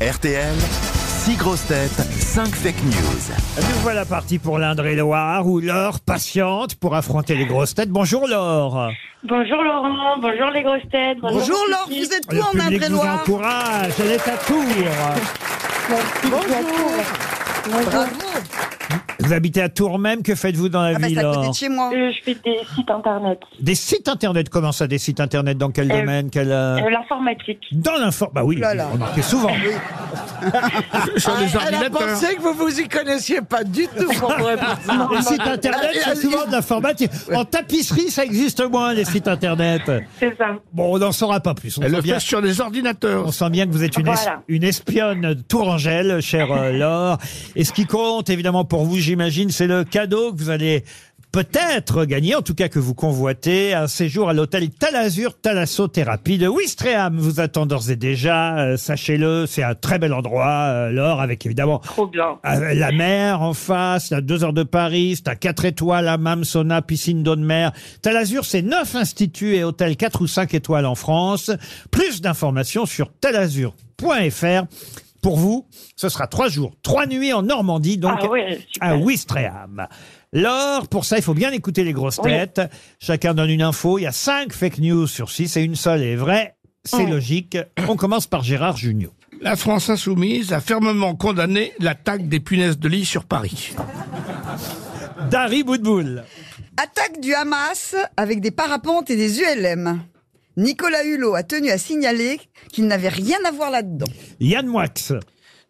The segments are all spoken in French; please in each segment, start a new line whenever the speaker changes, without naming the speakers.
RTL, 6 grosses têtes, 5 fake news.
Nous voilà partis pour l'Indre-et-Loire où Laure patiente pour affronter les grosses têtes. Bonjour Laure.
Bonjour Laurent, bonjour les grosses têtes.
Bonjour Laure,
Sophie.
vous êtes où
Le
en
public vous
Indre-et-Loire
encourage. Elle est à Tours.
Merci,
Bonjour.
Jacques. Bonjour.
Bravo
Vous habitez à Tours même. Que faites-vous dans la
Ah bah
vie,
c'est à côté
Laure
de chez moi.
Euh, Je fais des sites internet.
Des sites internet. Comment ça, des sites internet Dans quel
Euh,
domaine quel, euh,
Euh, Ah L'informatique.
Dans l'info. Bah oui,
Là, là.
remarquez souvent.
Ah, Elle a pensé que vous vous y connaissiez pas du tout. pour vous répondre.
Ah, Les sites internet,
Ah,
c'est
ah,
souvent de l'informatique. En tapisserie, ça existe moins, les sites internet.
C'est ça.
Bon, on n'en saura pas plus. On
Elle
sent
le
bien-
fait sur les ordinateurs.
On sent bien que vous êtes une, es-
Voilà.
une espionne tourangelle, chère euh, Laure. Et ce qui compte, évidemment, pour vous, j'imagine, c'est le cadeau que vous allez peut-être gagner, en tout cas que vous convoitez, un séjour à l'hôtel Talazur Thalassothérapie de Wistreham. Vous attend d'ores et déjà, euh, sachez-le, c'est un très bel endroit, euh, Laure, avec évidemment
Trop bien.
euh, la mer en face, à deux heures de Paris, c'est à quatre étoiles, hammam, sauna, piscine d'eau de mer. Talazur, c'est neuf instituts et hôtels quatre ou cinq étoiles en France. Plus d'informations sur talazur.fr. Pour vous, ce sera trois jours, trois nuits en Normandie, donc
ah ouais, super.
à Wistreham. Laure, pour ça, il faut bien écouter les grosses
Oui.
têtes. Chacun donne une info. Il y a cinq fake news sur six et une seule est vraie. C'est logique. On commence par Gérard Junior.
La France insoumise a fermement condamné l'attaque des punaises de lit sur Paris.
Dari Boudboul.
Attaque du Hamas avec des parapentes et des ULM. Nicolas Hulot a tenu à signaler qu'il n'avait rien à voir là-dedans.
Yann Moix.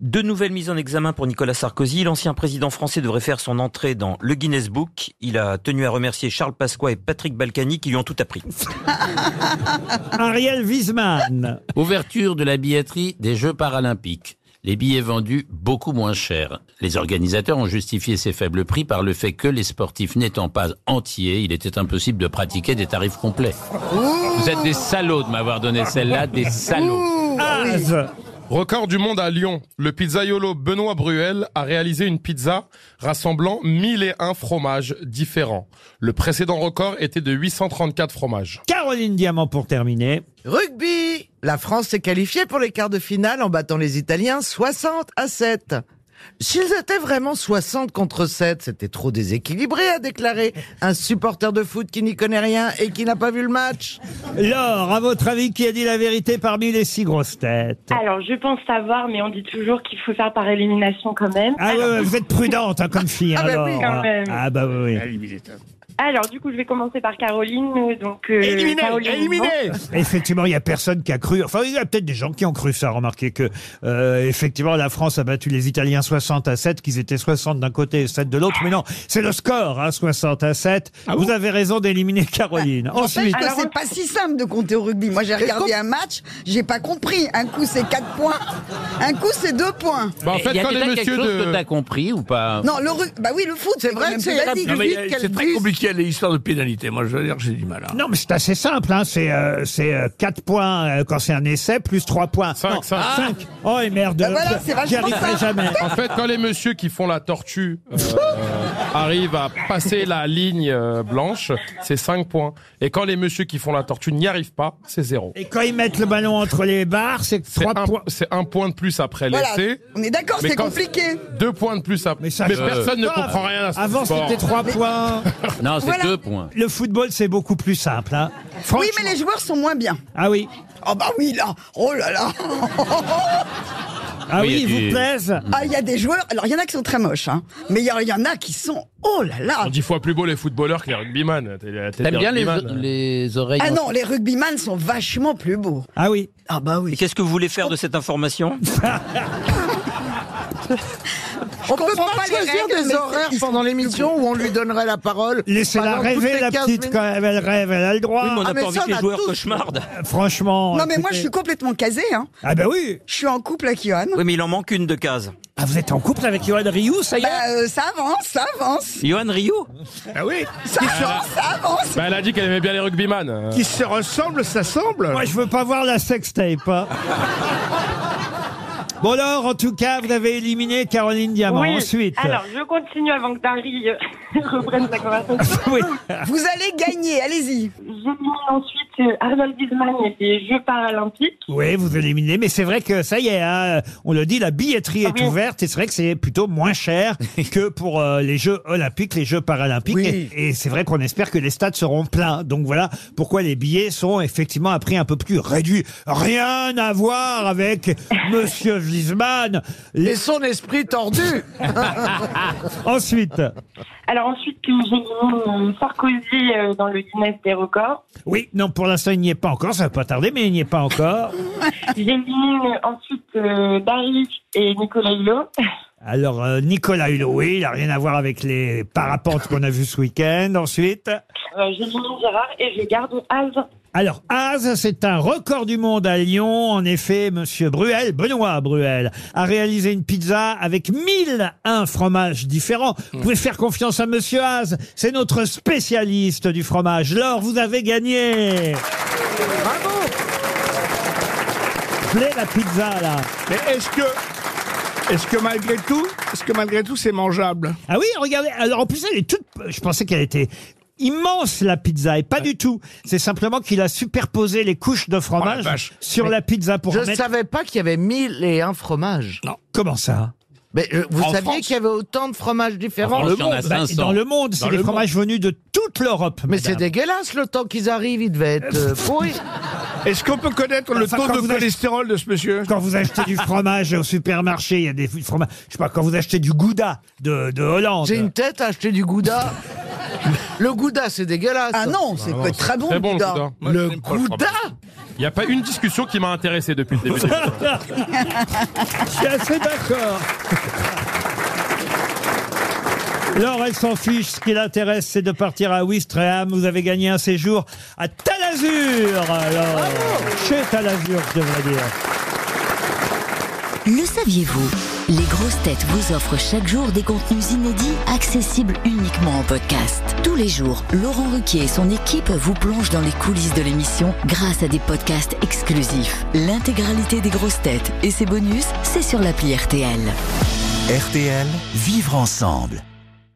Deux nouvelles mises en examen pour Nicolas Sarkozy. L'ancien président français devrait faire son entrée dans le Guinness Book. Il a tenu à remercier Charles Pasqua et Patrick Balkany qui lui ont tout appris.
Ariel Wiesman,
Ouverture de la billetterie des Jeux paralympiques. Les billets vendus beaucoup moins chers. Les organisateurs ont justifié ces faibles prix par le fait que les sportifs n'étant pas entiers, il était impossible de pratiquer des tarifs complets. Vous êtes des salauds de m'avoir donné celle-là, des salauds.
Ah,
Az,
Record du monde à Lyon. Le pizzaiolo Benoît Bruel a réalisé une pizza rassemblant 1001 fromages différents. Le précédent record était de 834 fromages.
Caroline Diamant pour terminer.
Rugby La France s'est qualifiée pour les quarts de finale en battant les Italiens 60 à 7. S'ils étaient vraiment 60 contre 7, c'était trop déséquilibré, a déclaré un supporter de foot qui n'y connaît rien et qui n'a pas vu le match.
Laure, à votre avis, qui a dit la vérité parmi les six grosses têtes
Ah,
Alors, je pense savoir, mais on dit toujours qu'il faut faire par élimination quand même.
ah, ouais, ouais, vous êtes prudente hein, comme fille, hein,
Ah bah
Laure.
oui,
quand même.
Ah bah oui. oui.
Alors, du coup, je vais commencer par Caroline. Donc, euh,
Éliminé
Caroline,
Éliminé
Effectivement, il y a personne qui a cru. Enfin, il y a peut-être des gens qui ont cru ça. Remarquez que euh, effectivement, la France a battu les Italiens 60 à 7, qu'ils étaient 60 d'un côté et 7 de l'autre. Mais non, c'est le score, hein, 60 à 7.
Ah
vous avez raison d'éliminer Caroline.
Parce
Ensuite,
que
Alors,
c'est pas si simple de compter au rugby. Moi j'ai regardé un match, j'ai pas compris. Un coup c'est 4 points, un coup c'est 2 points.
Bah, en
Il y
fait,
a
quand
déjà
les
quelque
messieurs
chose que
de...
t'as compris ou pas
Non, le rugby, bah oui, le foot, c'est vrai que c'est basique.
euh, C'est très compliqué les histoires de pénalité. Moi, je veux dire, j'ai du mal. hein.
non, mais c'est assez simple. Hein, c'est euh, c'est 4 points euh, quand c'est un essai plus 3 points.
Cinq,
Non,
cinq. Ah Ben
cinq. Oh et merde.
Bah voilà, c'est
J'y
vachement
arriverai
ça.
jamais.
En fait, quand les messieurs qui font la tortue euh, arrivent à passer la ligne euh, blanche, c'est 5 points. Et quand les messieurs qui font la tortue n'y arrivent pas, c'est 0.
Et quand ils mettent le ballon entre les barres, c'est
C'est
3
un,
points.
c'est un point de plus après
Voilà,
l'essai.
on est d'accord,
Mais
c'est
quand-
compliqué.
Deux points de plus après.
Mais
Mais,
ça, je-
personne ne
Ah,
comprend rien à ce
Avant,
sport.
c'était 3 points.
Non, c'est
Voilà.
deux points.
Le football, c'est beaucoup plus simple. Hein.
Oui,
Franchement.
mais les joueurs sont moins bien.
Ah oui.
Oh bah oui, là, oh là là.
Ah oui,
Oui,
ils
et-
vous plaisent.
Ah, il y a des joueurs, alors il y en a qui sont très moches, hein. mais il y, en- il y en a qui sont, oh là là.
Sont dix fois plus beaux les footballeurs que les rugbyman.
T'aimes bien les, les oreilles
Ah
en-
non, les rugbyman sont vachement plus beaux.
Ah oui.
Ah bah
Et
oui.
qu'est-ce que vous voulez faire de cette information
On peut
On va choisir des horaires pendant l'émission où on lui donnerait la parole.
Laissez-la
pendant toutes
rêver,
les
la
15
petite,
minutes.
quand même. Elle rêve, elle a le droit. Ah,
Oui, mais on n'a
Ah, mais
pas envie
ça,
que
on
les
a
joueurs
tous-
cauchemardent.
Franchement.
Non mais moi
écoutez.
je suis complètement casée, hein.
Ah bah oui.
Je suis en couple avec Johan.
Oui, mais il en manque une de case.
Ah, vous êtes en couple avec Yoann Rioux, ça y est
Bah, euh, ça avance, ça avance,
Johan Rio
Ah oui
ça avance, ça avance.
Bah, elle a dit qu'elle aimait bien les rugbyman. Euh,
Qui se ressemblent, s'assemblent.
Moi, je veux pas voir la sextape. hein. Bon alors, en tout cas, vous avez éliminé Caroline Diamant.
Oui.
Ah Ensuite,
Alors, je continue avant que Dari. euh, reprenne la conversation.
Oui.
Vous allez gagner, allez-y.
J'élimine ensuite euh, Arnold Wiesmann et les Jeux paralympiques.
Oui, vous éliminez, mais c'est vrai que ça y est, hein, on le dit, la billetterie est
oui.
ouverte et c'est vrai que c'est plutôt moins cher que pour euh, les Jeux olympiques, les Jeux paralympiques.
Oui.
Et, et c'est vrai qu'on espère que les stades seront pleins. Donc voilà pourquoi les billets sont effectivement à prix un peu plus réduit. Rien à voir avec Monsieur Wiesmann. Les-
Et son esprit tordu
Ensuite,
Alors ensuite, euh, j'élimine euh, Sarkozy euh, dans le Guinness des records.
oui, non, pour l'instant il n'y est pas encore, ça va pas tarder, mais il n'y est pas encore.
J'élimine ensuite euh, Barry et Nicolas Hulot.
Alors euh, Nicolas Hulot, oui, il n'a rien à voir avec les parapentes qu'on a vus ce week-end. Ensuite.
Euh, j'élimine Gérard et je garde Az.
Alors, Az, c'est un record du monde à Lyon. En effet, Monsieur Bruel, Benoît Bruel, a réalisé une pizza avec 1001 fromages différents. Vous pouvez faire confiance à Monsieur Az. C'est notre spécialiste du fromage. Laure, vous avez gagné.
Bravo
Plaît la pizza, là.
Mais est-ce que, est-ce que malgré tout, est-ce que malgré tout, c'est mangeable
Ah oui, regardez. Alors, en plus, elle est toute, je pensais qu'elle était immense, la pizza. Et pas du tout. C'est simplement qu'il a superposé les couches
Oh,
de fromage
vache.
sur la pizza pour
Je
mettre...
savais pas qu'il y avait mille et un fromages.
Comment ça?
Mais euh, vous
En
saviez
France
qu'il y avait autant de fromages différents
France, il y en a
Bah,
500.
dans le monde, c'est
Dans
des
le
fromages venus de toute l'europe.
Mais c'est
madame.
dégueulasse le temps qu'ils arrivent, il devait être euh, pourri.
Est-ce qu'on peut connaître le
Enfin,
taux
quand
de
vous achetez-
cholestérol de ce monsieur
Quand vous achetez du fromage au supermarché, il y a des fromages. Je sais pas, quand vous achetez du gouda de, de Hollande.
J'ai une tête à acheter du gouda. Le gouda, c'est dégueulasse.
Ah non, c'est peut-être très bon.
Très bon le
putain.
gouda.
Moi, je
Le
n'aime pas le
gouda
Il n'y a pas une discussion qui m'a intéressé depuis le début.
Je suis assez d'accord. Alors, elle s'en fiche. Ce qui l'intéresse, c'est de partir à Ouistreham. Vous avez gagné un séjour à Talazur. Alors, chez Talazur, je devrais dire.
Le saviez-vous Les grosses têtes vous offrent chaque jour des contenus inédits accessibles uniquement en podcast. Tous les jours, Laurent Ruquier et son équipe vous plongent dans les coulisses de l'émission grâce à des podcasts exclusifs. L'intégralité des grosses têtes et ses bonus, c'est sur l'appli RTL.
RTL, vivre ensemble.